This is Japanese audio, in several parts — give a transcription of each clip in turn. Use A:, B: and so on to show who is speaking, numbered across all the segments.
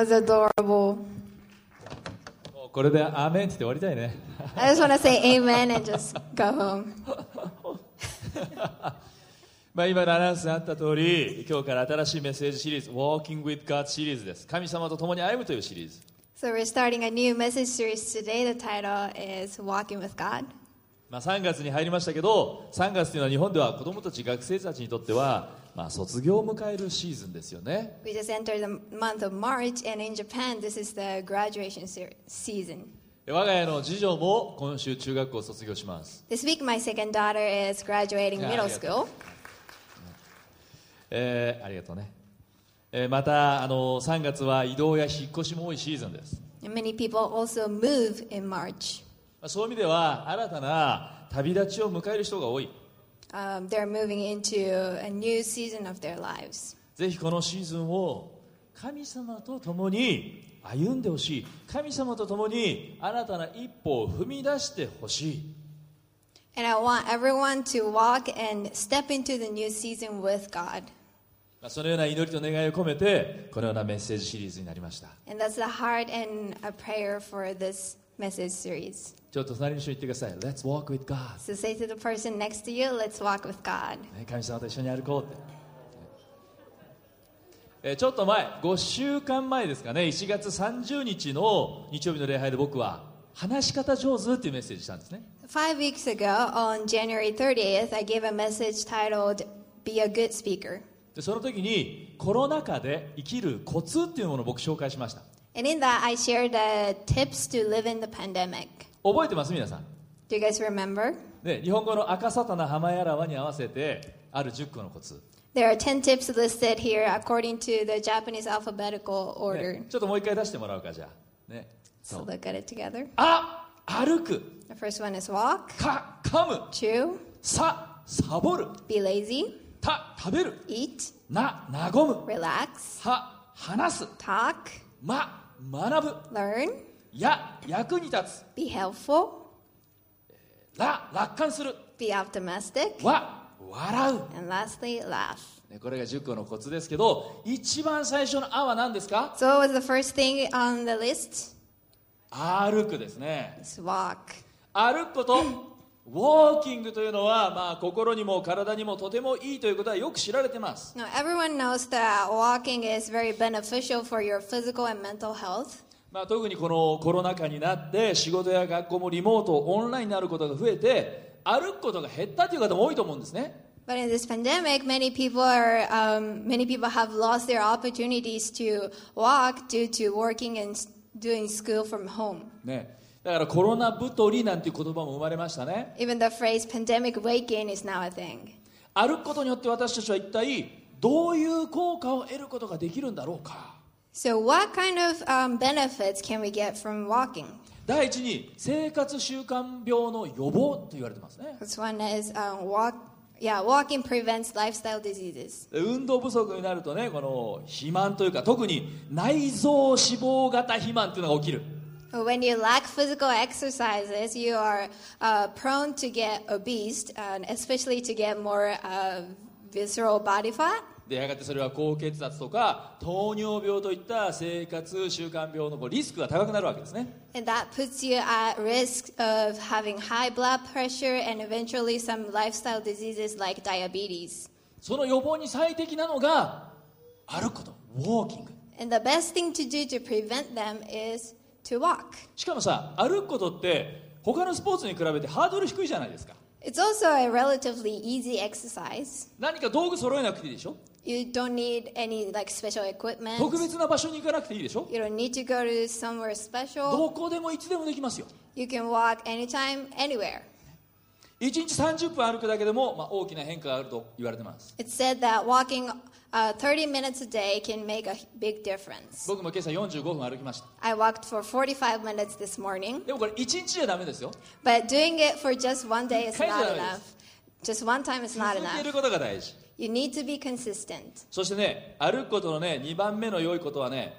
A: adorable.
B: もうこれでアーメンって言って終わりたいね
A: I just want to say amen and just go home.
B: まあ今のアナウンスにあった通り今日から新しいメッセージシリーズ「Walking with God」シリーズです神様と共に歩むというシリーズ
A: So we're starting a new message series today. The title is Walking with God.
B: まあ、3月に入りましたけど3月というのは日本では子どもたち学生たちにとっては、まあ、卒業を迎えるシーズンですよね
A: We just entered the month of March, and in Japan, this is the graduation se- season.
B: で我が家の次女も今週中学校を卒業します
A: This week, my second daughter is graduating
B: Yeah,
A: middle
B: yeah.
A: school.
B: えーありがとうね、えーまたあの3月は移動や引っ越しも多いシーズンです、
A: And many people also move in March.
B: まあ、そういう意味では新たな旅立ちを迎える人が多い
A: Um, they're moving into a new season of their lives.
B: ぜひこのシーズンを神様と共に歩んでほしい神様と共に新たな一歩を踏み出してほしい
A: And I want everyone to walk and step into the new season with God.
B: まあそのような祈りと願いを込めてこのようなメッセージシリーズになりました
A: And that's the heart and a prayer for this message series.
B: ちょっと隣の人に言ってください Let's walk with God、
A: So say to the person next to you, let's walk with God.
B: ね、神様と一緒に歩こうって、えーちょっと前5週間前ですかね1月30日の日曜日の礼拝で僕は話し方上手っていうメッセージしたんですね
A: Five weeks ago, on January 30th, I gave a message titled, Be a Good Speaker.
B: でその時にコロナ禍で生きるコツっていうものを僕紹介しました
A: And in that, I shared the tips to live in the pandemic.
B: 覚えてます皆さん
A: Do you guys remember?
B: で日本語の赤さたな浜やらわに合わせてある10個のコツ
A: There are 10 tips listed here according to the Japanese alphabetical
B: ね
A: order.
B: ちょっともう一回出してもらうかじゃあね
A: Let's look at it together.
B: あ歩く
A: The first one is walk,
B: か噛む
A: chew,
B: さサボる
A: be lazy,
B: た食べる
A: eat,
B: な和む
A: relax,
B: は話す
A: talk,
B: ま学ぶ
A: learn,
B: や役に立
A: be helpful,
B: つら楽観する
A: be optimistic,
B: は笑う
A: and lastly, laugh.
B: ねこれが10個のコツですけど一番最初の「あ」は何ですか
A: So, what was the first thing on the list?
B: 歩くですね
A: It's walk.
B: 歩くことウォーキングというのは、まあ、心にも体にもとてもいいということはよく知られてます
A: Now, everyone knows that walking is very beneficial for your physical and mental health.
B: まあ、特にこのコロナ禍になって仕事や学校もリモートオンラインになることが増えて歩くことが減ったという方も多いと思うんですね
A: But in this pandemic, many people are um, many people have lost their opportunities to walk due to working and s- doing school from home.
B: ねだからコロナ太りなんていう言葉も生まれましたね
A: Even the phrase "pandemic weight gain" is now a thing.
B: 歩くことによって私たちは一体どういう効果を得ることができるんだろうか
A: So, what kind of um, benefits can we get from walking?
B: 第一に生活習慣病の予防と言われてますね
A: This one is um, walk. Yeah, walking prevents lifestyle diseases.
B: で運動不足になるとねこの肥満というか特に内臓脂肪型肥満っていうのが起きる
A: When you lack physical exercises, you are uh, prone to get obese, and especially to get more uh, visceral body fat.
B: でやがてそれは高血圧とか糖尿病といった生活習慣病のこうリスクが高くなるわけですね
A: And that puts you at risk of having high blood pressure and eventually some lifestyle diseases like diabetes.
B: その予防に最適なのが歩くことウォーキング
A: And the best thing to do to prevent them is to walk.
B: しかもさ歩くことって他のスポーツに比べてハードル低いじゃないですか
A: It's also a relatively easy exercise.
B: 何か道具揃えなくていいでしょ
A: You don't need any like special equipment.
B: 特別な場所に行かなくていいでしょ
A: You don't need to go to somewhere special.
B: どこでもいつでもできますよ
A: You can walk anytime, anywhere.
B: 1日30分歩くだけでも、まあ、大きな変化があると言われてます
A: It's said that walking uh, 30 minutes a day can make a big difference.
B: 僕も今朝45分歩きました
A: I walked for 45 minutes this morning.
B: でもこれ1日じゃダメですよ
A: But doing it for just one day is
B: Kind
A: not
B: of.
A: enough. Just one time is
B: 続
A: not
B: け
A: enough.
B: ることが大事
A: You need to be consistent.
B: そしてね歩くことのね2番目の良いことはね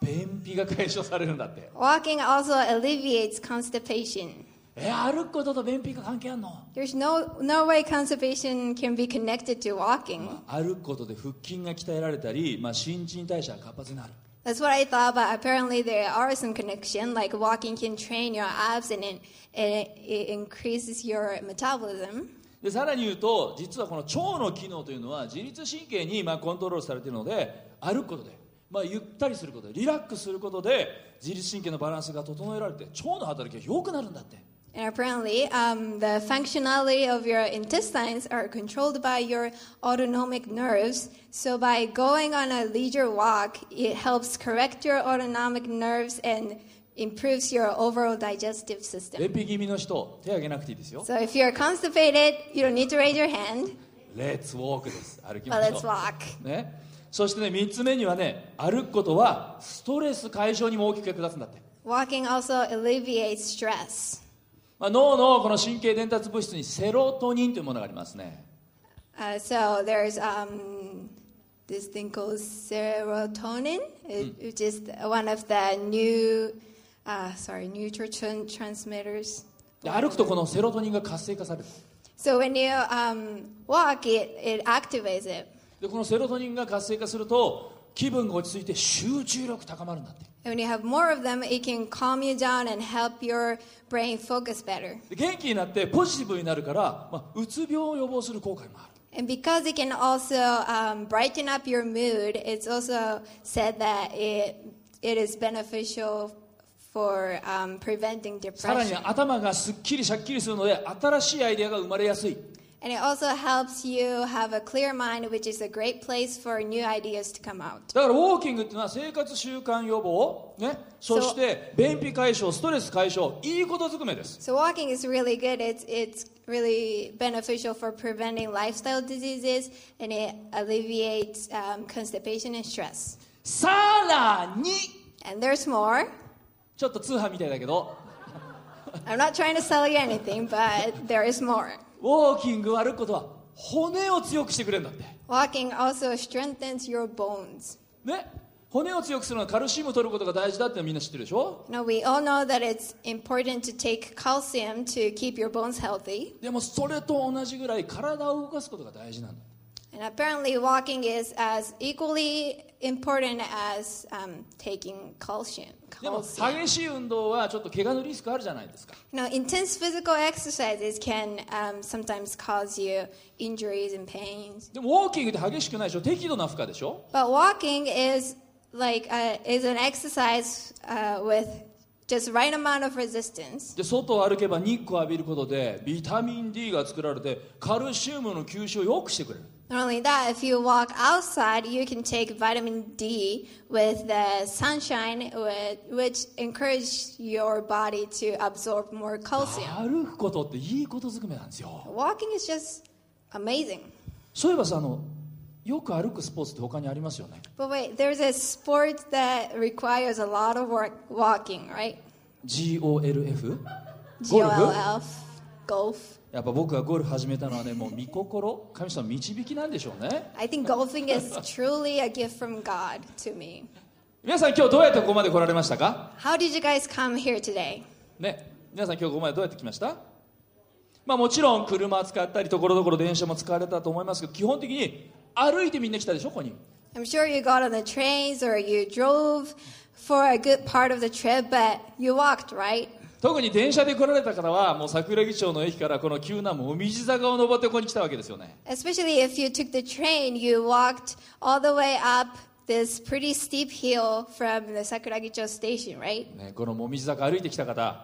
B: 便秘が解消されるんだって
A: Walking also alleviates constipation.
B: え歩くことと便秘が関係あんの
A: There's no, no way constipation can be connected to walking.
B: 歩くことで腹筋が鍛えられたり、まあ、新陳代謝が活発になる
A: That's what I thought, but apparently there are some connection. Like walking can train your abs and it, it, it increases your metabolism.
B: でさらに言うと実はこの腸の機能というのは自律神経にまあコントロールされているので歩くことで、まあ、ゆったりすることでリラックスすることで自律神経のバランスが整えられて腸の働きが良くなるんだって
A: And apparently, um, the functionality of your intestines are controlled by your autonomic nerves. So, by going on a leisure walk, it helps correct your autonomic nerves and improves your overall digestive system.
B: 便秘気味の人手挙げなくていいですよ
A: So, if you're constipated, you don't need to raise your hand,
B: レッツウォークです歩き
A: but
B: まし
A: let's
B: ょ
A: walk.
B: う、ね、そしてね3つ目にはね歩くことはストレス解消にも大きく役立つんだって、
A: Walking also alleviates stress.
B: まあ、脳のこの神経伝達物質にセロトニンというものがありますね
A: Uh, so there's um, this thing called serotonin, it, which is one of the new, uh, sorry, neurotransmitters.
B: で歩くとこのセロトニンが活性化される
A: So when you um, walk, it, it activates it.
B: でこのセロトニンが活性化すると気分が落ち着いて集中力高まるんだって
A: And when you have more of them, it can calm you down and help your brain focus better.
B: で元気になってポジティブになるから、まあ、うつ病を予防する効果もある
A: And because it can also um, brighten up your mood, it's also said that it, it is beneficial for um, preventing
B: さらに
A: depression.
B: 頭がすっきりしゃっきりするので新しいアイデアが生まれやすい
A: And it also helps you have a clear mind, which is a great place for new ideas to come out.
B: だからウォーキングっていうのは生活習慣予防、ね、そして便秘解消ストレス解消いいことずくめです
A: So walking is really good. It's it's really beneficial for preventing lifestyle diseases, and it alleviates um, constipation and stress.
B: さらに
A: And there's more.
B: ちょっと通販みたいだけど
A: I'm not trying to sell you anything, but there is more.
B: ウォーキングを歩くことは骨を強くしてくれるんだって
A: Walking also strengthens your bones.
B: ね骨を強くするのはカルシウムを取ることが大事だってのはみんな知ってるでしょ
A: Now we all know that it's important to take calcium to keep your bones healthy.
B: でもそれと同じぐらい体を動かすことが大事なんだ
A: And apparently, walking is as equally important as um, taking calcium.
B: でも
A: calcium.
B: 激しい運動はちょっと怪我のリスクあるじゃないですか
A: You know, intense physical exercises can um, sometimes cause you injuries and pains.
B: でもウォーキングって激しくないでしょ適度な負荷でしょ
A: But walking is like a, is an exercise uh, with just right amount of resistance.
B: で外を歩けば日光を浴びることでビタミン D が作られてカルシウムの吸収を良くしてくれる
A: Not only that, if you walk outside, you can take vitamin D with the sunshine, with, which encourages your body to absorb more calcium.
B: 歩くことっていいことずくめなんですよ
A: Walking is just amazing.
B: そういえばさあのよく歩くスポーツって他にありますよね
A: But wait, there's a sport that requires a lot of work walking, right?
B: GOLF? ゴルフ
A: GOLF, golf.
B: やっぱ僕がゴルフ始めたのはねもう御心神様の導きなんでしょうね
A: I think golfing is truly a gift from God to me.
B: 皆さん今日どうやってここまで来られましたか
A: How did you guys come here today?
B: ね皆さん今日ここまでどうやって来ましたまあもちろん車使ったりところどころ電車も使われたと思いますけど基本的に歩いてみんな来たでしょここに
A: I'm sure you got on the trains or you drove for a good part of the trip, but you walked, right?
B: 特に電車で来られた方はもう桜木町の駅からこの急なもみじ坂を登ってここに来たわけですよね
A: Especially if you took the train, you walked all the way up this pretty steep hill from the Sakuragicho station, right?
B: ねこのもみじ坂歩いてきた方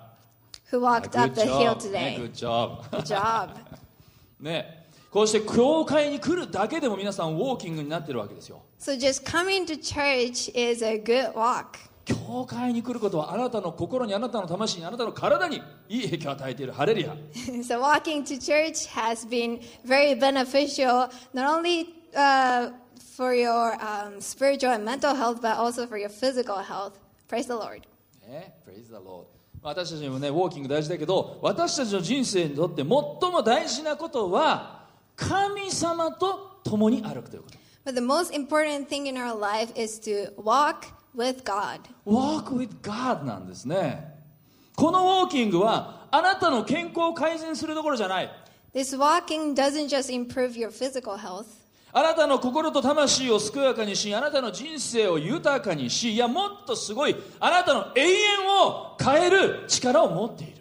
A: Who
B: あ
A: walked up the hill
B: ねグ
A: today?
B: ッジョブ
A: Good job.
B: ねこうして教会に来るだけでも皆さんウォーキングになってるわけですよ
A: So just coming to church is a good walk.
B: 教会に来ることはあなたの心にあなたの魂にあなたの体にいい影響を与えているハレルヤ
A: so walking to church has been very beneficial, not only uh, for your um, spiritual and mental health, but also for your physical health. Praise the Lord.
B: ね、Praise the Lord 私たちにもねウォーキング大事だけど私たちの人生にとって最も大事なことは神様と共に歩くということ
A: But the most important thing in our life is to walk with God.
B: Walk with God なんですねこのウォーキングはあなたの健康を改善するどころじゃない
A: This walking doesn't just improve your physical health.
B: あなたの心と魂を健やかにしあなたの人生を豊かにしいやもっとすごいあなたの永遠を変える力を持っている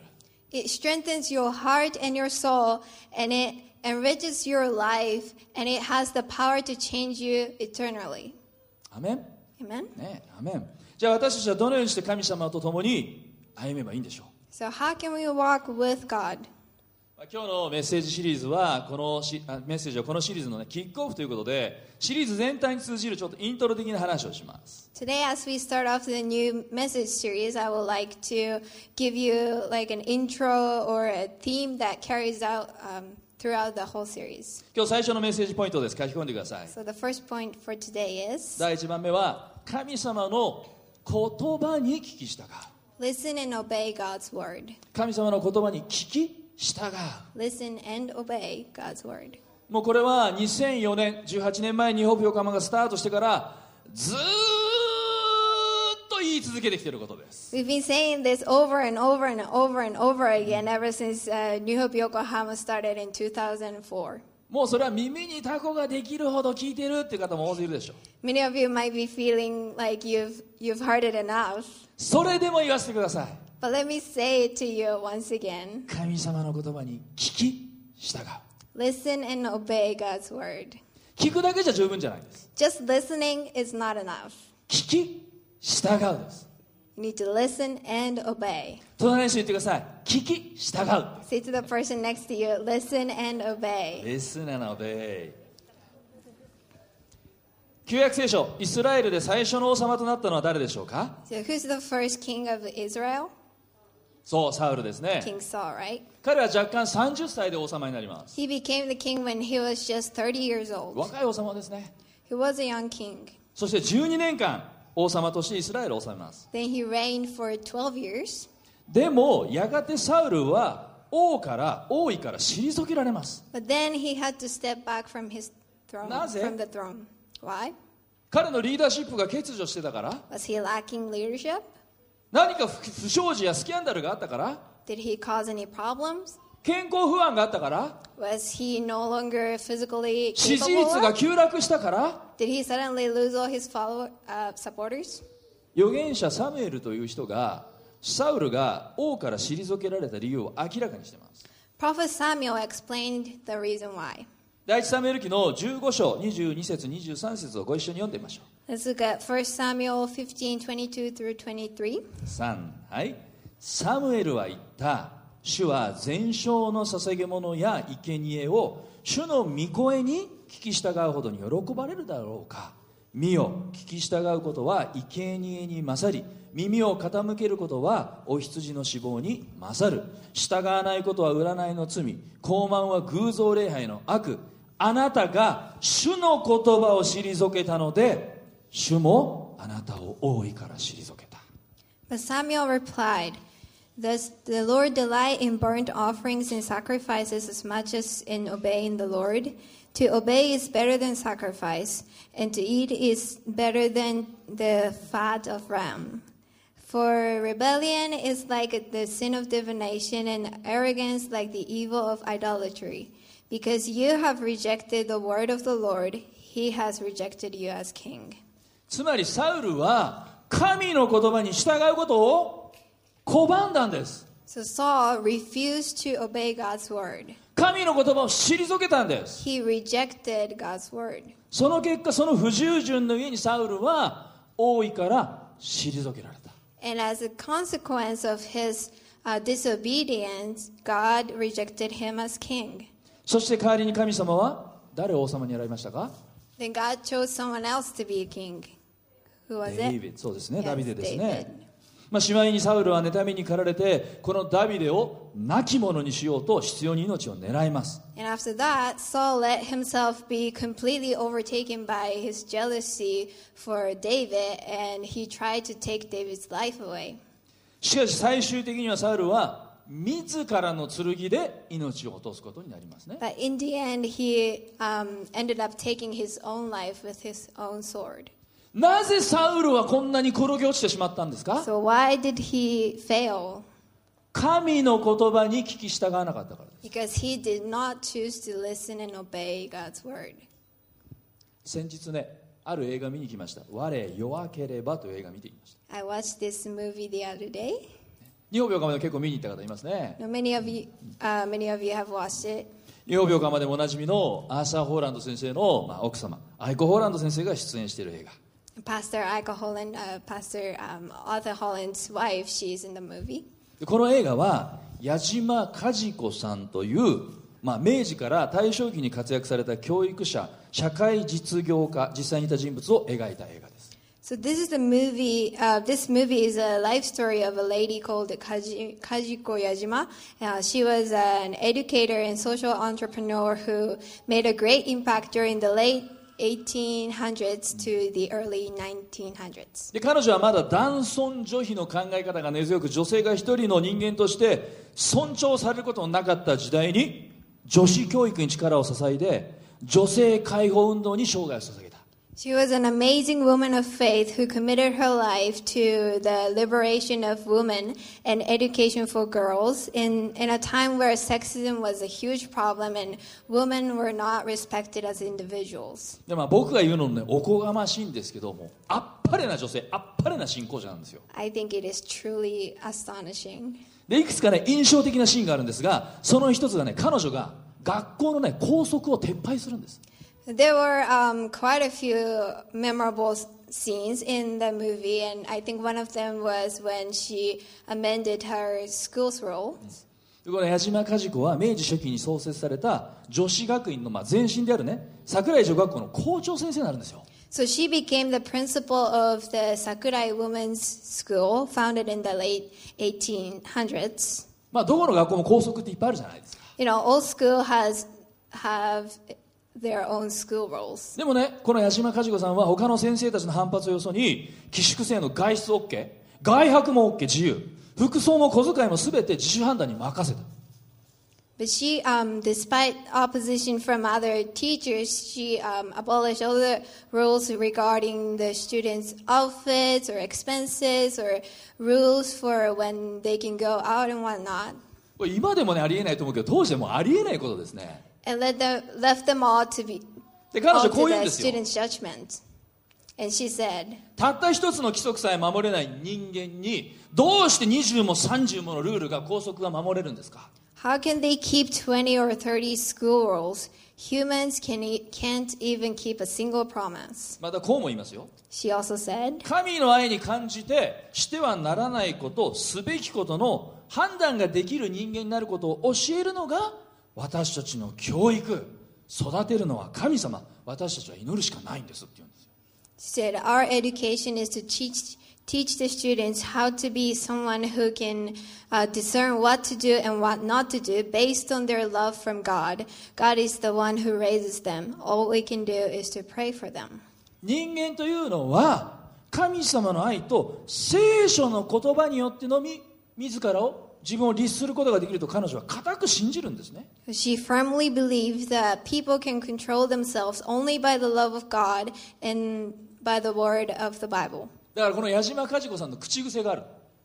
A: It strengthens your heart and your soul, and it enriches your life, and it has the power to change you eternally.
B: アメン
A: Amen?
B: ねアメンじゃあ私たちはどのようにして神様と共に歩めばいいんでしょう
A: So, how can we walk with God?
B: まあ今日のメッセージシリーズはこのしあメッセージはこのシリーズの、ね、キックオフということでシリーズ全体に通じるちょっとイントロ的な話をします
A: Today, as we start off the new message series, I would like to give you like an intro or a theme that carries out um, throughout the whole series.
B: 今日最初のメッセージポイントです書き込んでください
A: So, the first point for today is
B: 第1番目は神様の言葉に聞き従う
A: listen and obey God's word.
B: 神様の言葉に聞き従う
A: Listen and obey God's word.
B: もうこれは2004年18年前にホープ横浜がスタートしてからずーっと言い続けてきていることです
A: We've been saying this over and over and over and over again ever since uh, New Hope Yokohama started in 2004.
B: もうそれは耳にタコができるほど聞いてるっていう方も大勢いるでしょう
A: Many of you might be feeling like you've, you've heard it enough,
B: それでも言わせてください
A: but let me say it to you once again
B: 神様の言葉に聞き従う
A: listen and obey God's word.
B: 聞くだけじゃ十分じゃないんです
A: Just listening is not enough.
B: 聞き従うです
A: You need to listen and obey.
B: 隣の人に言ってください聞き従う
A: Say to the person next to you, listen and obey.
B: レスなので旧約聖書イスラエルで最初の王様となったのは誰でしょうか
A: So, who's the first king of Israel?
B: そうサウルですね
A: King Saul, right?
B: 彼は若干30歳で王様になります
A: He became the king when he was just 30 years old.
B: 若い王様ですね
A: He was a young king.
B: そして12年間王様としてイスラエルを治めます
A: Then he reigned for 12 years.
B: でもやがてサウルは王から王位から退けられます
A: But then he had to step back from his throne.
B: Na ze?
A: From the throne. Why?
B: 彼のリーダーシップが欠如してたから
A: Was he lacking leadership?
B: 何か不不祥事やスキャンダルがあったから
A: Did he cause any problems?
B: 健康不安があったから
A: Was he no longer physically
B: 支持率
A: capable?
B: が
A: of-
B: 急落したから
A: Did he suddenly lose all his follower, uh, supporters?
B: 預言者サムエルという人がサウルが王から退けられた理由を明らかにしています
A: Prophet Samuel explained the reason why.
B: 第一サムエル記の15章22節23節をご一緒に読んでみましょ
A: Let's look at 1 Samuel 15 22 through 23.
B: う3はいサムエルは言った主は全焼の捧げ物や生贄を主の御声に聞き従うほどに喜ばれるだろうか見よ聞き従うことは生贄に勝り耳を傾けることはお羊の死亡に勝る従わないことは占いの罪傲慢は偶像礼拝の悪あなたが主の言葉を退けたので主もあなたを王位から退けた
A: But Samuel replied, Does the Lord delight in burnt offerings and sacrifices as much as in obeying the Lord? To obey is better than sacrifice, and to eat is better than the fat of ram. For rebellion is like the sin of divination, and arrogance like the evil of idolatry. Because you have rejected the word of the Lord, he has rejected you as king.
B: つまりサウルは神の言葉に従うことを拒んだんです
A: So Saul refused to obey God's word.
B: 神の言葉を退けたんです
A: He rejected God's word.
B: その結果その不従順の上にサウルは王位から退けられた
A: And as a consequence of his uh, disobedience, God rejected him as king.
B: そして代わりに神様は誰を王様に選びましたか
A: Then God chose someone else to be king. Who was
B: デイ
A: it?
B: ビッドそうですね
A: Yes,
B: ダビデです
A: David.
B: ねまあ、しまいにサウルは妬みに駆られてこのダビデを亡き者にしようと必要に命を狙います
A: And after that, Saul let himself be completely overtaken by his jealousy for David, and he tried to take David's life away.
B: しかし最終的にはサウルは自らの剣で命を落とすことになりますね
A: But in the end, he um, ended up taking his own life with his own sword.
B: なぜサウルはこんなに転げ落ちてしまったんですか
A: So why did he fail?
B: 神の言葉に聞き従わなかったからです
A: Because he did not choose to listen and obey God's word.
B: 先日ねある映画見に来ました「我弱ければ」という映画見てきました
A: I watched this movie the other day.
B: 日本病館まで結構見に行った方いますね
A: Now, many of you, uh, many of you have watched it.
B: 日本病館までもおなじみのアーサー・ホーランド先生の、まあ、奥様アイコ・ホーランド先生が出演している映画
A: Pastor Ika Holland, uh, Pastor um, Arthur Holland's wife, she's in the movie.
B: でこの映画は矢島和子さんという、まあ、明治から大正期に活躍された教育者社会実業家実際にいた人物を描いた映画です
A: So this is a movie. Uh, this movie is a life story of a lady called Kaji, Kajiko Yajima. Uh, she was an educator and social entrepreneur who made a great impact during the late 1800s to the early 1900s.
B: で彼女はまだ男尊女卑の考え方が根強く女性が一人の人間として尊重されることのなかった時代に女子教育に力を注いで女性解放運動に生涯を捧げた
A: She was an amazing woman of faith who committed her life to the liberation of women and education for girls in, in a time where sexism was a huge problem and women were not respected as individuals.
B: で、まあ、僕が言うのもねおこがましいんですけどもあっぱれな女性あっぱれな信仰者なんですよ
A: I think it is truly astonishing.
B: でいくつかね印象的なシーンがあるんですがその一つがね彼女が学校のね校則を撤廃するんです
A: There were um, quite a few memorable s- scenes in the movie, and I think one of them was when she amended her school's rule.
B: でこの矢島和子は明治初期に創設された女子学院のまあ前身であるね桜井女学校の校長先生になるんですよ
A: So she became the principal of the Sakurai Women's School, founded in the late 1800s.
B: まあどこの学校も校則っていっぱいあるじゃないですか
A: You know, all school has have their own school rules.
B: でもねこの矢島和子さんは他の先生たちの反発をよそに寄宿生の外出 OK 外泊も OK 自由服装も小遣いも全て自主判断に任せた
A: But she, um, despite opposition from other teachers, she um, abolished all the rules regarding the students' outfits or expenses or rules for when they can go out and whatnot.
B: これ今でもねありえないと思うけど当時でもうありえないことですね
A: and let them, left them all to be
B: で彼
A: all
B: 女こう
A: to
B: 言うんで
A: the
B: すよ
A: student's judgment. And she said,
B: たった一つの規則さえ守れない人間にどうして20も30ものルールが拘束が守れるんですか
A: How can they keep 20 or 30 school rules? Humans can e- can't even keep a single promise.
B: またこうも言いますよ
A: She also said,
B: 神の愛に感じてしてはならないことすべきことの判断ができる人間になることを教えるのが私たちの教育育てるのは神様私たちは祈るしかないんですって言うんですよ
A: she said, Our education is to teach, teach the students how to be someone who can uh, discern what to do and what not to do based on their love from God. God is the one who raises them. All we can do is to pray for them.
B: 人間というのは神様の愛と聖書の言葉によってのみ自らを自分を律することができると彼女は固く信じるんですね
A: She firmly believed that people can control themselves only by the love of God and by the word of the Bible.
B: だからこの矢島和子さんの口癖がある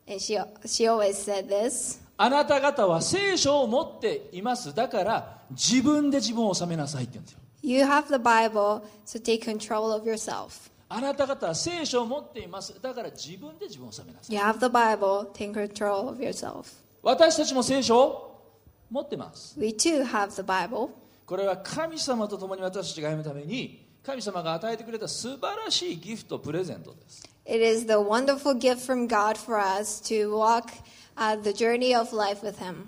A: And she, she always said this
B: あなた方は聖書を持っていますだから自分で自分を治めなさいって言うんですよ
A: You have the Bible, so take control of yourself.
B: あなた方は聖書を持っていますだから自分で自分を治めなさい
A: You have the Bible, take control of yourself.
B: 私たちも聖書を持ってます
A: We too have the Bible.
B: これは神様と共に私たちが歩むために神様が与えてくれた素晴らしいギフトプレゼントです
A: It is the wonderful gift from God for us to walk uh, the journey of life with Him.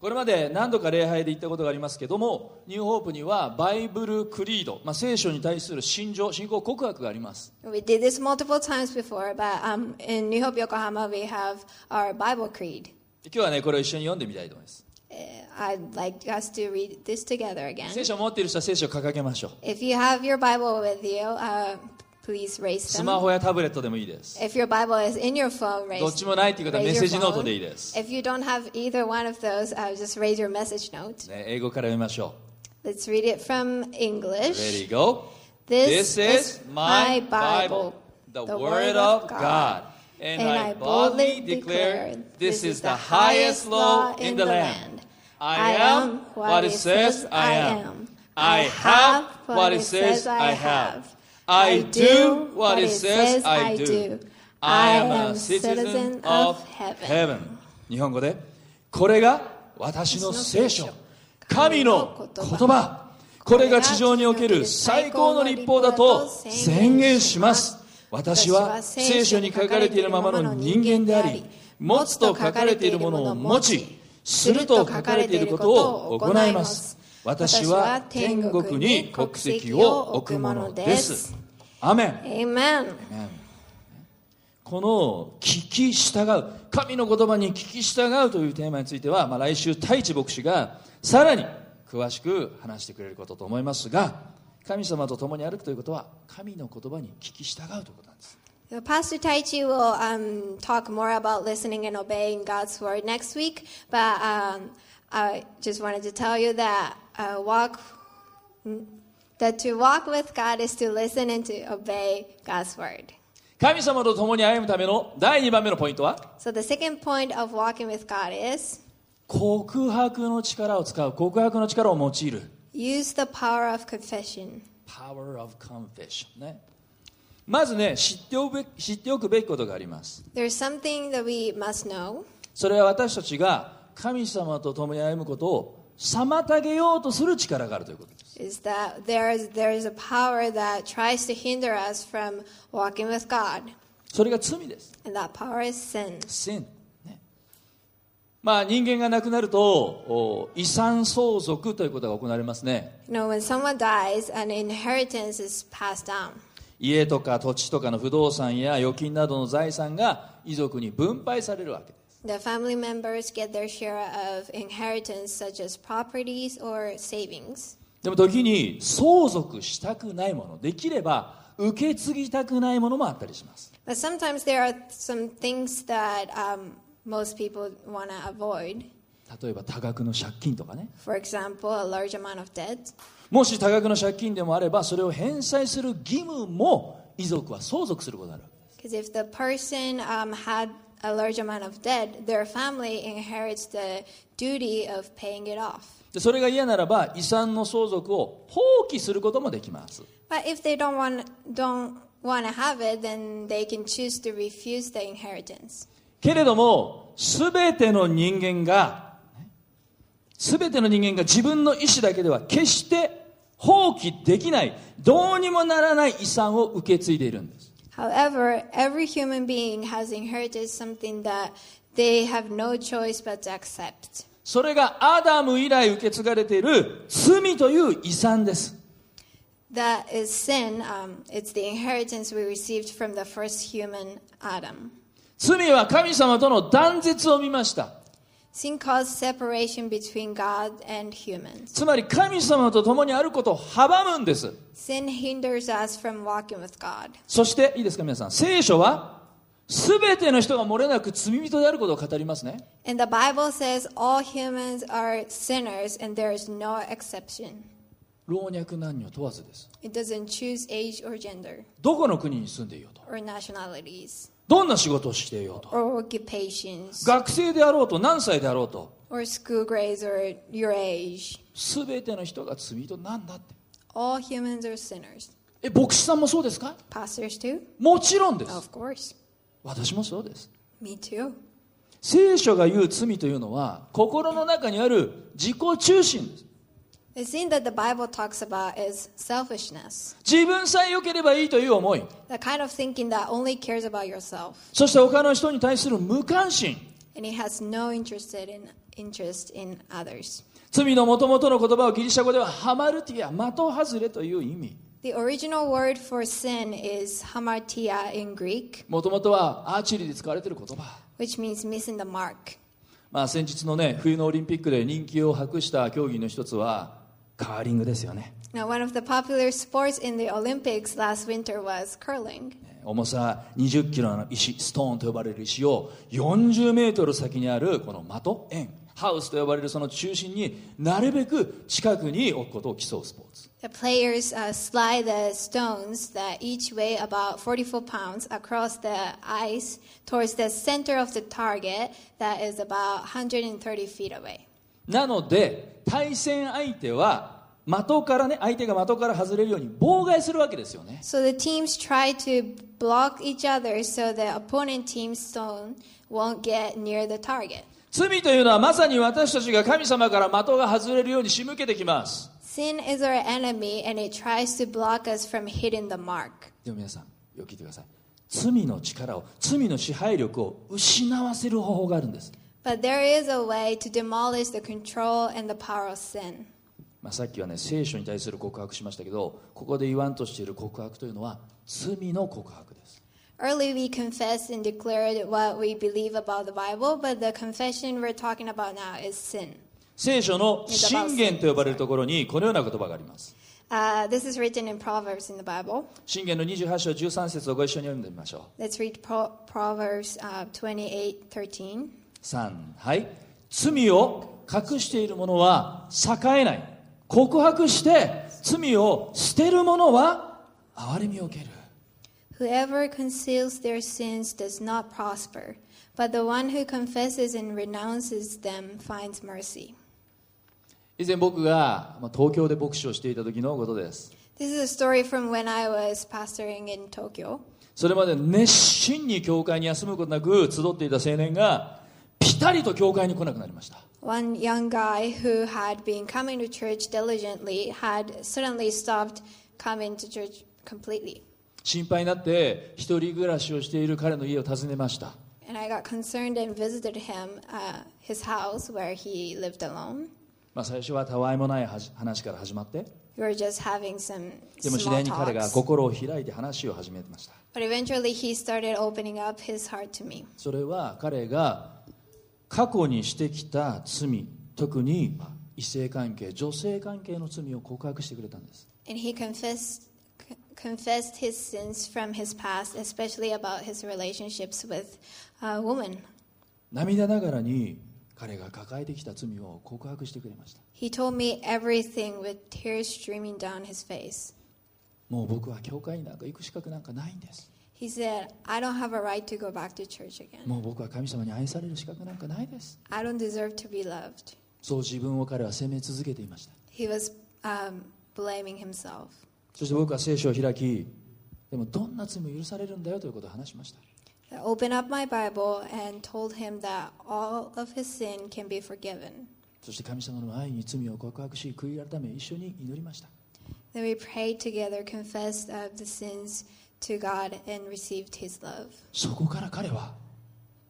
B: これまで何度か礼拝で言ったことがありますけどもニューホープにはバイブルクリード、まあ、聖書に対する信条信仰告白があります
A: We did this multiple times before, but um, in New Hope, Yokohama, we have our Bible creed.
B: 今日はねこれを一緒に読んでみたいと思います
A: Uh, I'd like us to read this together again.
B: 聖書を持っている人は聖書を掲げましょう
A: If you have your Bible with you, uh, please raise
B: スマ
A: them.
B: ホやタブレットでもいいです
A: If your Bible is in your phone,
B: どっ
A: raise,
B: ちもないという方はメッ
A: raise
B: セー
A: your
B: ジノートでいい
A: phone.
B: です
A: If you don't have either one of those, uh, just raise your message note.
B: ね、英語から読みましょ
A: Let's read it from
B: う。Ready,
A: English.
B: go.
A: This
B: is my Bible, the Word of God. And I boldly declare this is the highest law in the land. I am what it says I am. I have what it says I have. I do what it says I do. I am a citizen of heaven. 日本語で、これが私の聖書、神の言葉、これが地上における最高の立法だと宣言します。私は聖書に書かれているままの人間であり、持つと書かれているものを持ち、すると書かれていることを行います。私は天国に国籍を置くものです。アーメン。
A: Amen.
B: この聞き従う神の言葉に聞き従うというテーマについては、まあ、来週太一牧師がさらに詳しく話してくれることと思いますが神様と共に歩くということは神の言葉に聞き従うということなんです
A: So Pastor Taichi will um, talk more about listening and obeying God's word next week, but um, I just wanted to tell you that uh, walk that to walk with God is to listen and to obey God's word.
B: 神様と共に歩むための第2番目のポイントは
A: So the second point of walking with God is
B: 告白の力を使う告白の力を用いる
A: use the power of confession.
B: Power of Confession ねまずね知っておくべき知っておくべきことがあります
A: There's something that we must know.
B: それは私たちが神様と共に歩むことを妨げようとする力があるということです。
A: Is that there is there is a power that tries to hinder us from walking with God,
B: それが罪です。
A: and that power is sin.
B: sin ねまあ人間が亡くなるとお遺産相続ということが行われますね。
A: You know, when someone dies, an inheritance is passed down.
B: 家とか土地とかの不動産や預金などの財産が遺族に分配されるわけです。
A: The family members get their share of inheritance, such as properties or savings.
B: でも時に相続したくないもの、できれば受け継ぎたくないものもあったりします。
A: But sometimes there are some things that um, most people want to avoid.
B: 例えば多額の借金とかね。
A: For example, a large amount of debt.
B: もし多額の借金でもあればそれを返済する義務も遺族は相続することになる
A: Because if the person um, had a large amount of debt, their family inherits the duty of paying it off.
B: でそれが嫌ならば遺産の相続を放棄することもできます
A: But if they don't want don't want to have it, then they can choose to refuse the inheritance.
B: けれども全ての人間がね全ての人間が自分の意思だけでは決して放棄できないどうにもならない遺産を受け継いでいるんです
A: However, every human being has inherited something that they have no choice but to accept.
B: それがアダム以来受け継がれている罪という遺産です
A: That is sin. Um, it's the inheritance we received from the first human, Adam.
B: 罪は神様との断絶を見ました
A: Sin caused separation between God and humans.
B: つまり神様と共にあることを阻むんです。
A: Sin hinders us from walking with God.
B: そして、いいですか皆さん。聖書は、すべての人が漏れなく罪人であることを語りますね。
A: And the Bible says all humans are sinners and there is no exception.
B: 老若男女問わずです。
A: It doesn't choose age or gender
B: どこの国に住んでいようと。
A: or nationalities
B: どんな仕事をしていようと。
A: or occupations
B: 学生であろうと何歳であろうと。
A: or school grades or your age.
B: すべての人が罪人なんだって。
A: All humans are sinners.
B: え、牧師さんもそうですか
A: Pastors too?
B: もちろんです。
A: Of course.
B: 私もそうです。
A: Me too.
B: 聖書が言う罪というのは、心の中にある自己中心です。
A: The sin that the Bible talks about is selfishness,
B: 自分さえ良ければいいという思い。
A: the kind of thinking that only cares about yourself
B: そして他の人に対する無関心。
A: and it has no interest in interest in others.
B: 罪のもともとの言葉をギリシャ語ではハマルティア、的外れという意味。
A: The original word for sin is hamartia in Greek,
B: もともとはアーチェリーで使われている言葉。
A: which means missing the mark.
B: まあ先日のね、冬のオリンピックで人気を博した競技の一つは、カーリングですよね。
A: Now, one of the popular sports in the Olympics last winter was curling.
B: 重さ20キロの石、ストーンと呼ばれる石を40メートル先にあるこの的、円、ハウスと呼ばれるその中心になるべく近くに置くことを競うスポーツ。
A: The players uh, slide the stones that each weigh about 44 pounds across the ice towards the center of the target that is about 130 feet away.
B: なので対戦相手は的からね相手が的から外れるように妨害するわけですよね
A: So the teams try to block each other so the opponent team's stone won't get near the target.
B: 罪というのはまさに私たちが神様から的が外れるように仕向けてきます
A: Sin is our enemy and it tries to block us from hitting the mark.
B: でも皆さんよく聞いてください罪の力を罪の支配力を失わせる方法があるんです
A: But there is a way to demolish the control and the power of sin.
B: まあ、さっきはね聖書に対する告白しましたけどここで言わんとしている告白というのは罪の告白です
A: Early we confessed and declared what we believe about the Bible, but the confession we're talking about now is sin.
B: 聖書の信玄と呼ばれるところにこのような言葉があります
A: Uh, this is written in Proverbs in the Bible.
B: 信玄の28章13節をご一緒に読んでみましょ
A: Let's read Pro- Proverbs uh, 28 13.
B: う3はい罪を隠している者は栄えない告白して罪を捨てる者は憐れみを受ける
A: Whoever conceals their sins does not prosper, but the one who confesses and renounces them finds mercy.
B: 以前僕がまあ東京で牧師をしていた時のことです
A: This is a story from when I was pastoring in Tokyo.
B: それまで熱心に教会に休むことなく集っていた青年がピタリと教会に来なくなりました
A: One young guy who had been coming to church diligently had suddenly stopped coming to church completely.
B: 心配になって一人暮らしをしている彼の家を訪ねました
A: And I got concerned and visited him, uh, his house where he lived alone.
B: まあ、最初はたわいもないはじ話から始まって
A: We were just having some
B: でも次第
A: small
B: に彼が
A: talks.
B: 心を開いて話を始めてました
A: But eventually he started opening up his heart to me.
B: それは彼が過去にしてきた罪特に異性関係女性関係の罪を告白してくれたんです
A: And he confessed c- confessed his sins from his past, especially about his relationships with uh, women.
B: 涙ながらに彼が抱えてきた罪を告白してくれました
A: He told me everything with tears streaming down his face.
B: もう僕は教会になんか行く資格なんかないんです
A: He said, "I don't have a right to go back to church again.
B: もう僕は神様に愛される資格なんかないです
A: I don't deserve to be loved."
B: そう自分を彼は責め続けていました
A: He was um, blaming himself.
B: そして僕は聖書を開きでもどんな罪も許されるんだよということを話しました
A: I opened up my Bible and told him that all of his sin can be forgiven.
B: そして神様の愛に罪を告白し悔い改め一緒に祈りました
A: Then we prayed together, confessed uh, the sins to God, and received His love.
B: そこから彼は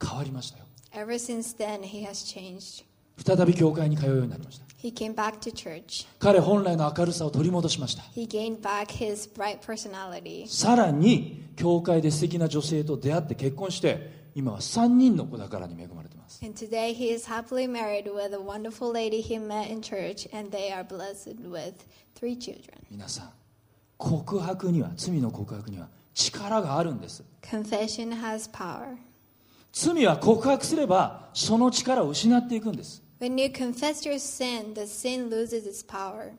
B: 変わりましたよ
A: Ever since then, he has changed.
B: 再び教会に通うようになりました
A: He came back to church.
B: 彼本来の明るさを取り戻しました
A: He gained back his bright personality.
B: さらに教会で素敵な女性と出会って結婚して今は3人の子宝に恵まれています
A: And today, he is happily married with a wonderful lady he met in church, and they are blessed with three children.
B: 皆さん告白には罪の告白には力があるんです
A: Confession has power.
B: 罪は告白すればその力を失っていくんです
A: When you confess your sin, the sin loses its power.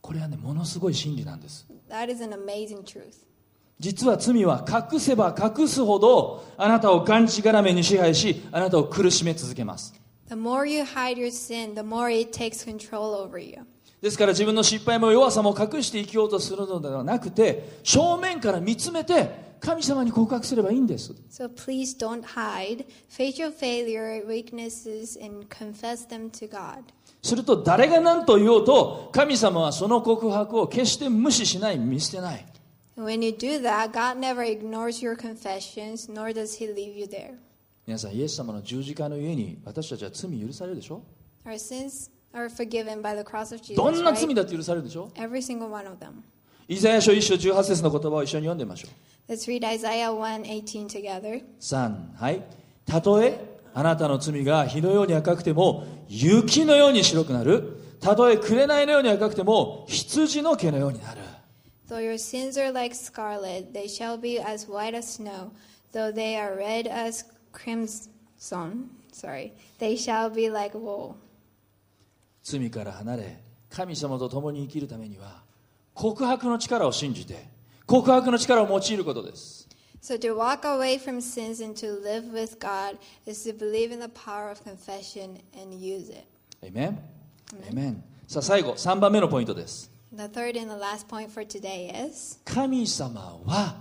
B: これはねものすごい真理なんです
A: That is an amazing truth.
B: 実は罪は隠せば隠すほどあなたをがんじがらめに支配しあなたを苦しめ続けます
A: The more you hide your sin, the more it takes control over you.
B: ですから自分の失敗も弱さも隠して生きようとするのではなくて正面から見つめて神様に告白すればいいんです
A: So please don't hide. Face your failure, weaknesses, and confess them to God.
B: すると誰が何と言おうと神様はその告白を決して無視しない見捨てない
A: And when you do that, God never ignores your confessions, nor does He leave you there.
B: 皆さんイエス様の十字架のゆえに私たちは罪許されるでしょ
A: Our sins are forgiven by the cross of Jesus.
B: どんな罪
A: right?
B: だって許されるでしょ
A: Every single one of them.
B: イザヤ書1章18節の言葉を一緒に読んでみましょう
A: Let's read Isaiah 1 together.
B: 3はいたとえあなたの罪が火のように赤くても雪のように白くなるたとえ紅のように赤くても羊の毛のようになる
A: Though your sins are like scarlet, they shall be as white as snow. Though they are red as crimson, sorry, they shall be like wool.
B: 罪から離れ神様と共に生きるためには告白の力を信じて告白の力を用いることです
A: So to walk away from sins and to live with God is to believe in the power of confession and use it.
B: エメンエメンさあ最後3番目のポイントです
A: The third and the last point for today is
B: 神様は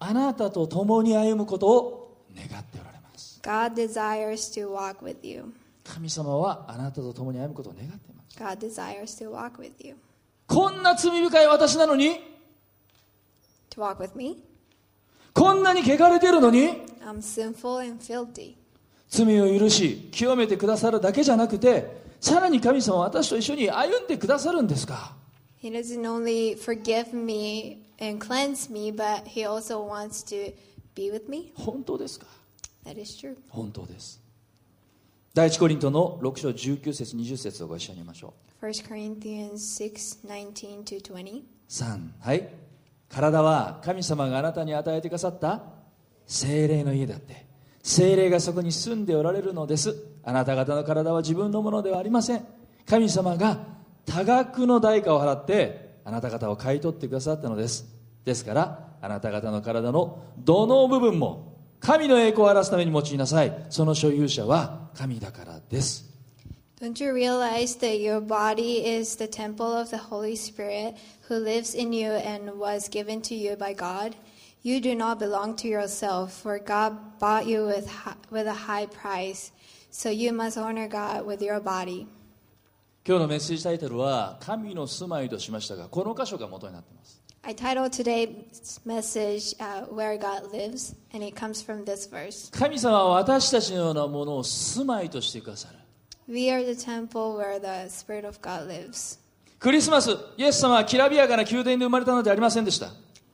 B: あなたと共に歩むことを願っておられます
A: God desires to walk with you.
B: 神様はあなたと共に歩むことを願っています
A: God desires to walk with you.
B: こんな罪深い私なのに
A: To walk with me?
B: こんなに汚れてるのに
A: I'm sinful and filthy.
B: 罪を許し清めてくださるだけじゃなくてさらに神様は私と一緒に歩んでくださるんですか
A: He doesn't only forgive me and cleanse me, but He also wants to be with me.
B: 本当ですか
A: That is true.
B: 本当です第一コリントの6章19節20節をご一緒に見ましょう
A: 1 Corinthians 6 19 to 20.
B: 3はい体は神様があなたに与えてくださった精霊の家だって精霊がそこに住んでおられるのですあなた方の体は自分のものではありません神様が多額の代価を払ってあなた方を買い取ってくださったのですですからあなた方の体のどの部分も神の栄光を表すために用いなさいその所有者は神だからです
A: Don't you realize that your body is the temple of the Holy Spirit who lives in you and was given to you by God? You do not belong to yourself, for God bought you with, hi- with a high price. So you must honor God with your body.
B: 今日のメッセージタイトルは「神の住まい」としましたがこの箇所が元になっています
A: I titled today's message uh, Where God Lives, and it comes from this verse.
B: 神様は私たちのようなものを住まいとしてくださる
A: We are the temple where the Spirit of God lives.
B: クリスマスイエス様はきらびやかな宮殿で生まれたのではありませんでした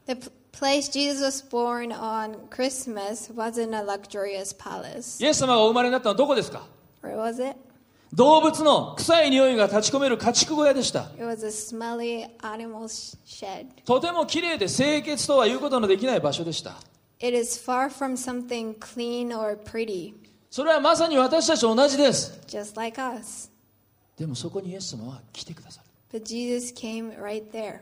A: The p- place Jesus was born on Christmas wasn't a luxurious palace.
B: イエス様がお生まれになったのはどこですか
A: Where was it?
B: 動物の臭い匂いが立ち込める家畜小屋でした
A: It was a smelly animal sh- shed.
B: とても綺麗で清潔とは言うことのできない場所でした
A: It is far from something clean or pretty,
B: それはまさに私たちと同じです
A: just like us.
B: でもそこにイエス様は来てくださる
A: But Jesus came right there.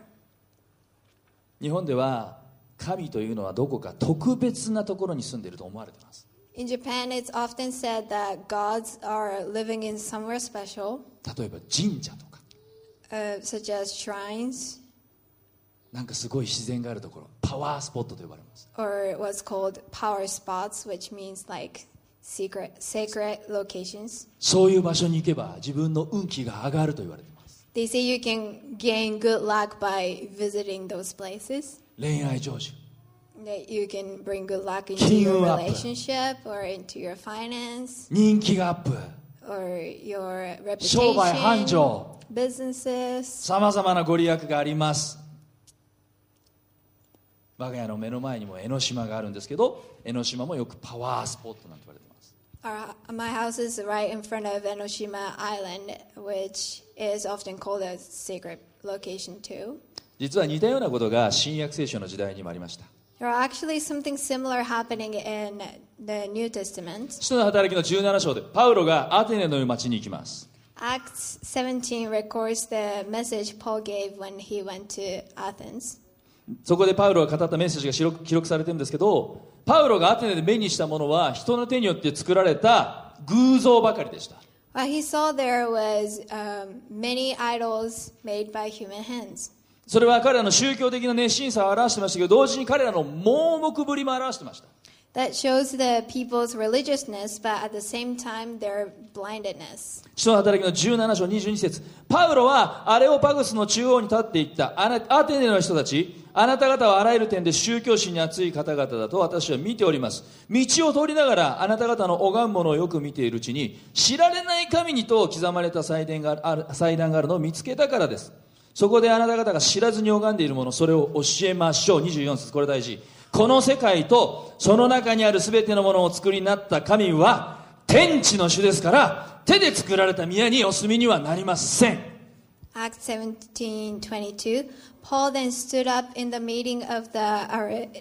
B: 日本では神というのはどこか特別なところに住んでいると思われています
A: In Japan, it's often said that gods are living in somewhere special,
B: 例えば神社とか
A: uh, such as shrines
B: なんかすごい自然があるところパワースポットと呼ばれます
A: or what's called power spots, which means like secret, sacred locations.
B: そういう場所に行けば自分の運気が上がると言われています
A: They say you can gain good luck by visiting those places.
B: 恋愛成就
A: That you can bring good luck into
B: King
A: your
B: up.
A: relationship or into your finance
B: 人気がアップ
A: or your
B: 商売繁
A: reputation,
B: 盛
A: businesses.
B: さまざまなご利益があります我が家の目の前にも江ノ島があるんですけど江ノ島もよくパワースポットなんて言われてます
A: Our, my house is right in front of Enoshima Island, which is often called a sacred location too.
B: 実は似たようなことが新約聖書の時代にもありました
A: There are actually something similar happening in the New Testament.
B: 使徒の働きの17章でパウロがアテネの町に行きます
A: Acts 17 records the message Paul gave when he went to Athens.
B: そこでパウロが語ったメッセージが記録記録されてるんですけど、パウロがアテネで目にしたものは人の手によって作られた偶像ばかりでした。
A: What he saw there was um, many idols made by human hands.
B: それは彼らの宗教的な熱心さを表してましたけど、同時に彼らの盲目ぶりも表してました。
A: That shows the people's religiousness, but at the same time, their blindedness.
B: 使徒の働きの17章22節パウロはアレオパグスの中央に立っていったあなアテネの人たち、あなた方はあらゆる点で宗教心に熱い方々だと私は見ております。道を通りながらあなた方の拝むものをよく見ているうちに、知られない神にと刻まれた祭壇がある祭壇があるのを見つけたからです。そこであなた方が知らずに拝んでいるもの、それを教えましょう。24節これ大事。この世界とその中にある全てのものをお作りになった神は、天地の主ですから、手で作られた宮にお住みにはなりません。
A: Acts 17:22. Paul then stood up in the meeting of the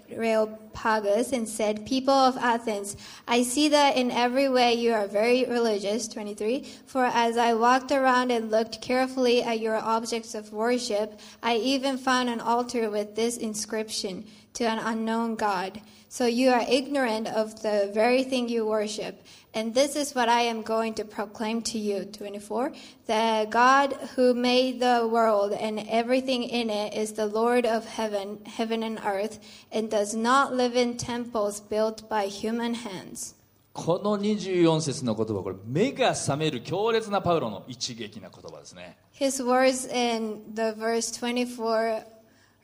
A: Areopagus and said, People of Athens, I see that in every way you are very religious. 23. For as I walked around and looked carefully at your objects of worship, I even found an altar with this inscription to an unknown God. So you are ignorant of the very thing you worship. And this is what I am going to proclaim to you. 24. The God who made the world and everything in it is the Lord of heaven, heaven and earth, and does not live in temples built by human hands.
B: この24節の言葉これ目が覚める強烈なパウロの一撃な言葉ですね
A: His words in the verse 24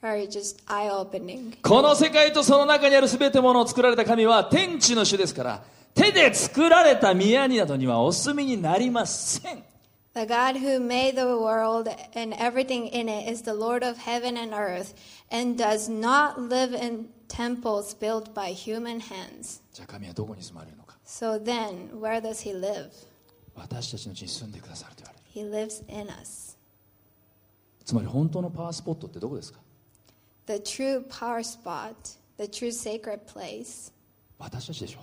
A: are just eye opening.
B: この世界とその中にある全てものを作られた神は天地の主ですから手で作られた宮などにはお住みになりません
A: The God who made the world and everything in it is the Lord of heaven and earth and does not live in temples built by human hands.
B: じゃあ神はどこに住まれるのか
A: So then, where does he live?
B: 私たちのうちに住んでくださると言われる
A: He lives in us.
B: つまり本当のパワースポットってどこですか
A: The true power spot, the true sacred place
B: 私たちでしょ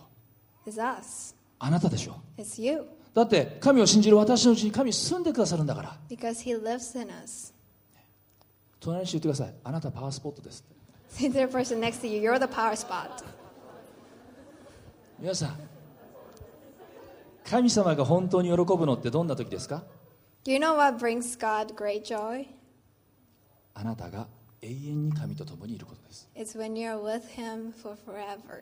A: is us.
B: あなたでしょ
A: It's you
B: だって神を信じる私のうちに神住んでくださるんだから
A: because he lives in us.
B: 隣の人言ってくださいあなたパワースポットですって
A: See the person next to you, you're the power spot.
B: 皆さん神様が本当に喜ぶのってどんな時ですか
A: Do you know what brings God great joy?
B: あなたが永遠に神と共にいることです
A: It's when you're with him for forever.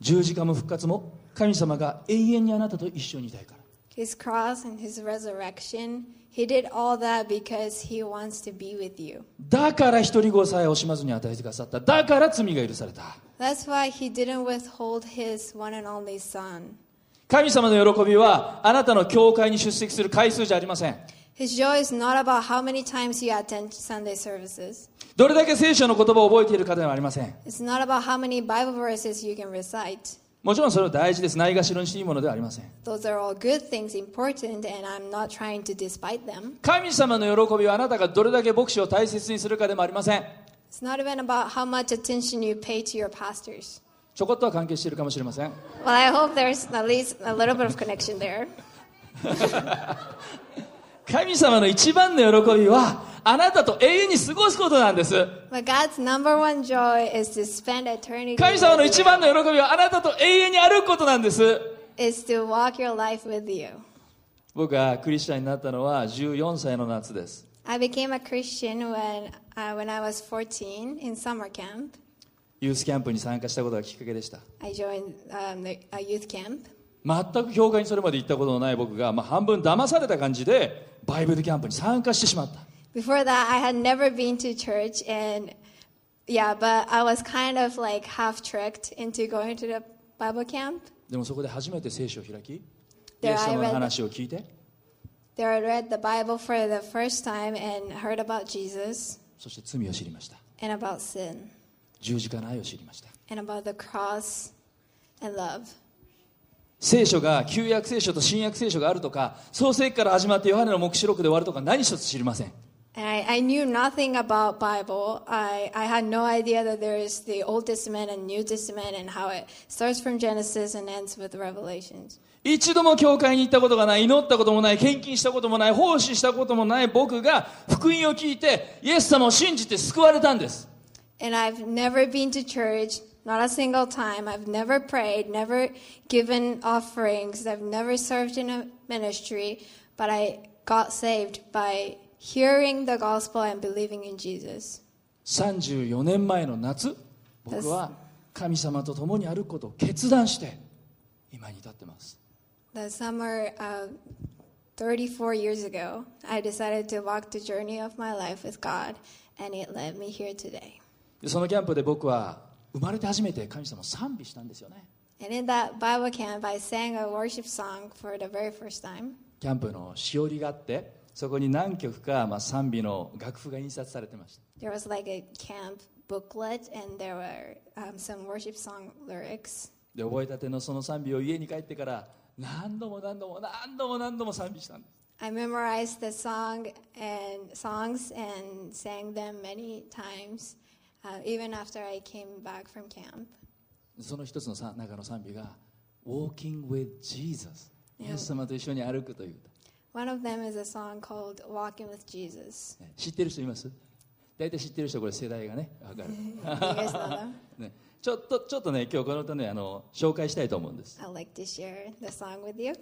B: 十字架も復活も神様が永遠にあなたと一緒にいたいから
A: His cross and his resurrection, he did all that because he wants to be with you.
B: だから一人子をさえ惜しまずに与えてくださっただから罪が許された
A: That's why he didn't withhold his one and only son.
B: 神様の喜びはあなたの教会に出席する回数じゃありません
A: His joy is not about how many times you attend Sunday services.
B: どれだけ聖書の言葉を覚えているかではありません
A: It's not about how many Bible verses you can recite.
B: もちろんそれは大事ですないがしろにしていいものではありません
A: Those are all good things, important, and I'm not trying to despite them.
B: 神様の喜びはあなたがどれだけ牧師を大切にするかでもありません
A: It's not even about how much attention you pay to your pastors.
B: ちょこっとは関係しているかもしれません
A: Well, I hope there's at least a little bit of connection there.
B: 神様の一番の喜びはあなたと永遠に過ごすことなんです
A: But God's number one joy is to spend eternity
B: 神様の
A: with
B: 一
A: you,
B: 番の喜びはあなたと永遠に歩くことなんです
A: is to walk your life with you.
B: 僕がクリスチャンになったのは14歳の夏です
A: I became a Christian when, uh, when I was 14 in summer camp.
B: ユースキャンプに参加したことがきっかけでした
A: I joined um, the, a youth camp.
B: 全く教会にそれまで行ったことのない僕が、まあ、半分騙された感じでバイブルキャンプに参加してしまった
A: Before that, I had never been to church, and yeah, but I was kind of like half tricked into going to the Bible camp.
B: でもそこで初めて聖書を開きイ
A: There
B: エ
A: I
B: ス
A: read
B: 様の話を聞いて
A: There, I read the Bible for the first time and heard about Jesus
B: そして罪を知りました
A: and about sin
B: 十字架の愛を知りました
A: and about the cross and love.
B: 聖書が旧約聖書と新約聖書があるとか創世記から始まってヨハネの黙示録で終わるとか何一つ知りません
A: And I, I knew nothing about Bible. I, I had no idea that there is the Old Testament and New Testament and how it starts from Genesis and ends with Revelations.
B: 一度も教会に行ったことがない、祈ったこともない、献金したこともない、奉仕したこともない僕が福音を聞いて、イエス様を信じて救われたんです。
A: And I've never been to church, not a single time. I've never prayed, never given offerings. I've never served in a ministry, but I got saved by hearing the gospel and believing in Jesus.
B: 34年前の夏、僕は神様と共に歩くことを決断して、今に至ってます。
A: The summer uh, 34 years ago, I decided to walk the journey of my life with God, and it led me here today.
B: でそのキャンプで僕は生まれて初めて神様を賛美したんですよね。
A: And in that Bible camp, I sang a worship song for the very first time.
B: キャンプのしおりがあって、そこに何曲か、まあ、賛美の楽譜が印刷されてました。
A: There was like a camp booklet, and there were um, some worship song lyrics.
B: で、覚えたてのその賛美を家に帰ってから、何度も何度も何度も何度も賛美したんです。
A: I memorized the song and songs and sang them many times, uh, even after I came back from camp.
B: その一つのさ中の賛美が「Walking with Jesus」イエス様と一緒に歩くという歌
A: One of them is a song called "Walking with Jesus."
B: ね知ってる人います大体知ってる人これ世代がねわかる、
A: You guys know them.
B: ね、ちょっとちょっとね今日この歌ねあの紹介したいと思うんです
A: I'd like to share the song with you.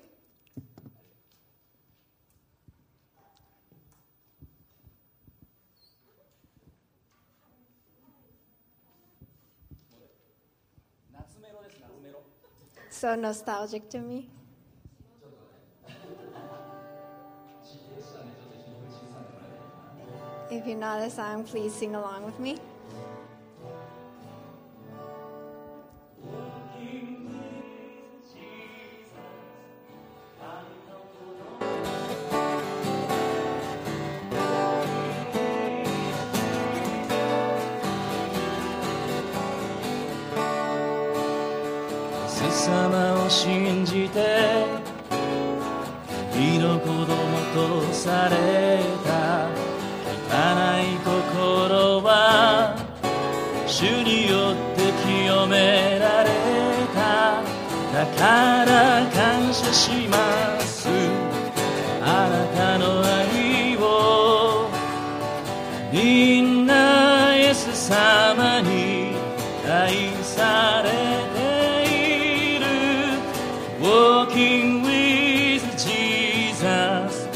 B: 夏メロです夏メロ
A: So nostalgic to me. ちょっとね。If you know the song, please sing along with me.
B: 「すさまを信じて」「身の子供とされた」「汚い心は主によって清められた」「だから感謝します」「あなたの愛を」みんなイエス様に愛されている Walking with Jesus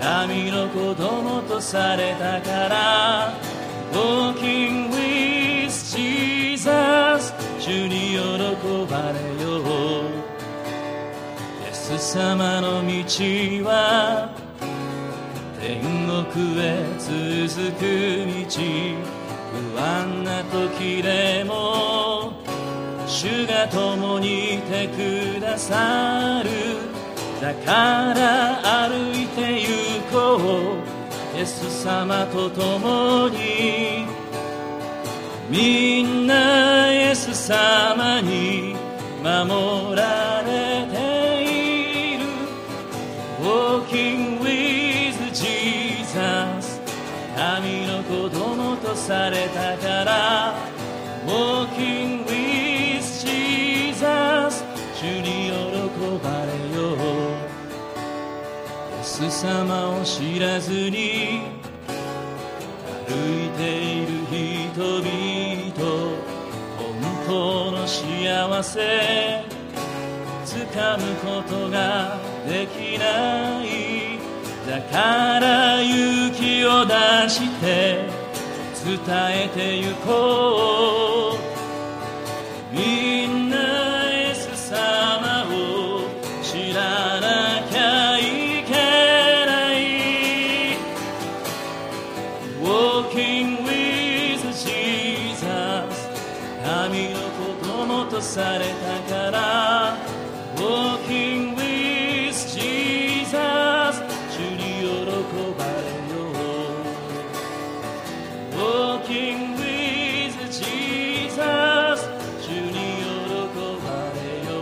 B: 神の子供とされたから Walking with Jesus 主に喜ばれようイエス様の道は天国へ続く道不安な時でも主が共にいてくださるだから歩いて行こうイエス様と共にみんなイエス様に守られている Walking with Jesus 神の子供とされたから Walking with Jesus 主に喜ばれようイエス様を知らずに歩いている人々本当の幸せ掴むことができないだから勇気を出して伝えてゆこうみんなイエス様を知らなきゃいけない Walking with Jesus 神の子供とされたから Walking with Jesus 主に喜ばれよう Walking with Jesus 主に喜ばれよ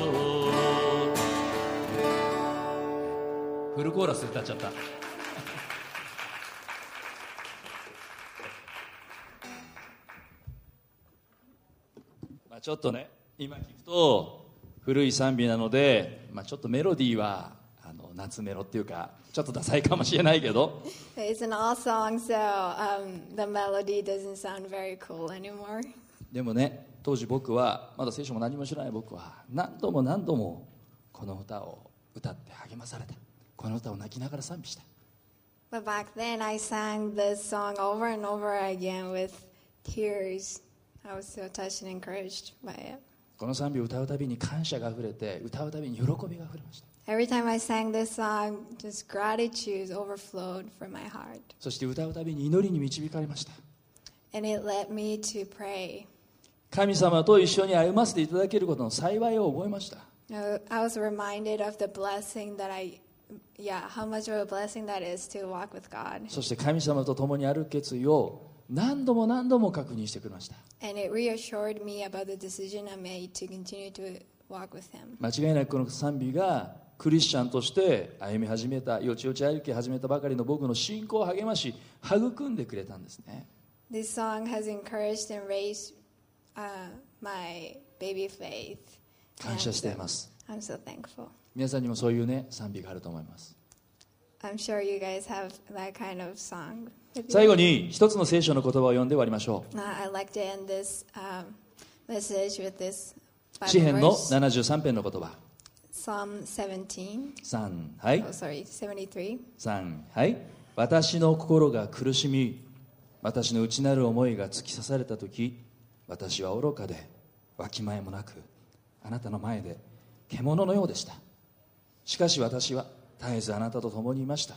B: うフルコーラス歌っちゃったまあ、ちょっとね今聞くと古い賛美なので、まあ、ちょっとメロディーはあの夏メロっていうかちょっとダサいかもしれないけど
A: It's an old song, so um, the melody doesn't sound very cool anymore.
B: でもね当時僕はまだ聖書も何も知らない僕は何度も何度もこの歌を歌って励まされたこの歌を泣きながら賛美した
A: But back then, I sang this song over and over again with tears. I was so touched and encouraged by it.
B: この賛美を歌うたびに感謝が溢れて歌うたびに喜びが溢れました
A: Every time I sang this song, just gratitude overflowed from my heart,
B: そして歌うたびに祈りに導かれました
A: and it led me to pray.
B: 神様と一緒に歩ませていただけることの幸いを覚えました
A: Uh, I was reminded of the blessing that I, yeah, how much of a blessing that is to walk with God,
B: そして神様と共にある決意を何度も何度も確認してくれました
A: and it reassured me about the decision I made to continue to walk with Him.
B: 間違いなくこの賛美がクリスチャンとして歩み始めたよちよち歩き始めたばかりの僕の信仰を励まし育んでくれたんですね
A: This song has encouraged and raised uh, my baby faith.
B: 感謝
A: And
B: しています
A: I'm so thankful.
B: 皆さんにもそういうね賛美があると思います
A: I'm sure you guys have that kind of song. with you.
B: 最後に一つの聖書の言葉を読んで終わりましょ
A: Uh, I'd like to end this um, message with this
B: う
A: Bible
B: 詩編の
A: verse,
B: 73編の言葉
A: Psalm 17.
B: 3はい
A: Oh, sorry, 73.
B: 3はい私の心が苦しみ私の内なる思いが突き刺された時私は愚かでわきまえもなくあなたの前で獣のようでしたしかし私は絶えずあなたと共にいました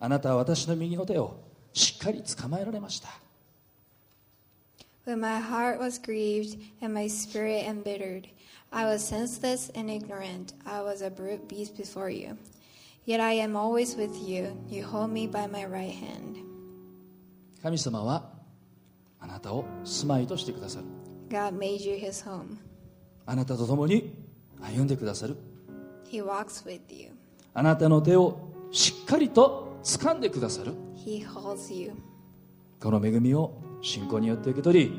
B: あなたは私の右の手をしっかり捕まえられました
A: When my heart was grieved and my spirit embittered, I was senseless and ignorant. I was a brute beast before you. Yet I am always with you. You hold me by my right hand.
B: 神様はあなたを住まいとしてくださる
A: God made you his home.
B: あなたと共に歩んでくださる
A: He walks with you.
B: あなたの手をしっかりと掴んでくださる
A: He holds you.
B: この恵みを信仰によって受け取り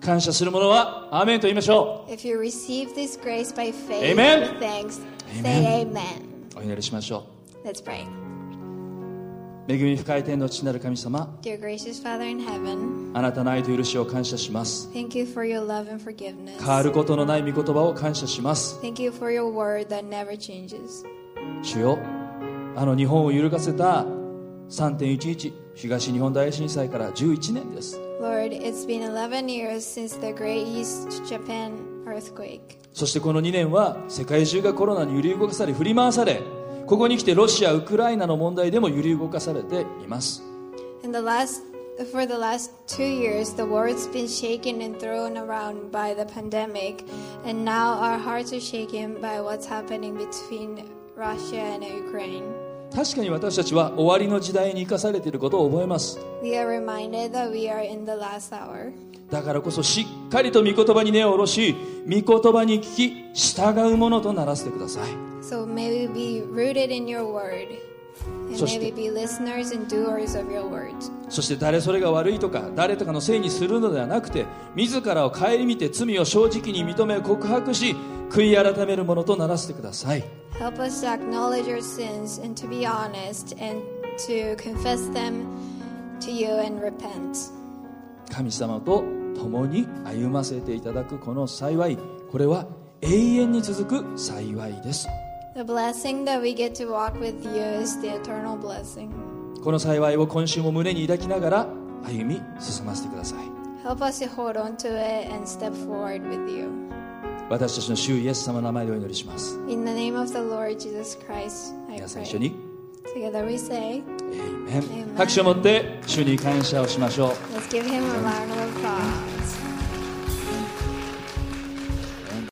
B: 感謝する者はアーメンと言いましょ
A: If you receive this grace by faith
B: Amen.
A: with thanks, say
B: Amen.
A: amen.
B: うお祈りしましょ
A: Let's pray.
B: う恵み深い天の父なる神様
A: Dear gracious Father in heaven,
B: あなたの愛と許しを感謝します
A: thank you for your love and forgiveness.
B: 変わることのない御言葉を感謝します
A: Thank you for your word that never changes.
B: 主よあの日本を揺るがせた3.11東日本大震災から11年です
A: Lord, it's been 11 years since the Great East Japan earthquake.
B: そしてこの2年は世界中がコロナに揺り動かされ振り回されここに来てロシア、ウクライナの問題でも揺り動かされています
A: In the last for the last 2 years, the world's been shaken and thrown around by the pandemic, and now our hearts are shaken by what's happening between Russia and Ukraine.
B: 確かに私たちは終わりの時代に生かされていることを覚えます
A: We are reminded that we are in the last hour.
B: だからこそしっかりと御言葉に根を下ろし御言葉に聞き従うものとならせてください
A: So may we be rooted in your word. And may
B: そして-
A: we be listeners and doers of your word.
B: そして誰それが悪いとか誰とかのせいにするのではなくて自らを顧みて罪を正直に認め告白し悔い改めるものとならせてください
A: Help us to acknowledge our sins and to be honest and to confess them to you and repent.
B: 神様と共に歩ませていただくこの幸いこれは永遠に続く幸いです
A: The blessing that we get to walk with you is the eternal blessing.
B: この幸いを今週も胸に抱きながら歩み進ませてください
A: Help us to hold on to it and step forward with you.
B: 私たちの主イエス様の名前でお祈りします
A: In the name of the Lord Jesus Christ, I
B: 皆さん一緒
A: pray.
B: に
A: Together we say,
B: エイメン
A: Amen
B: 拍手を持って主に感謝をしましょう
A: let's give him a round of applause.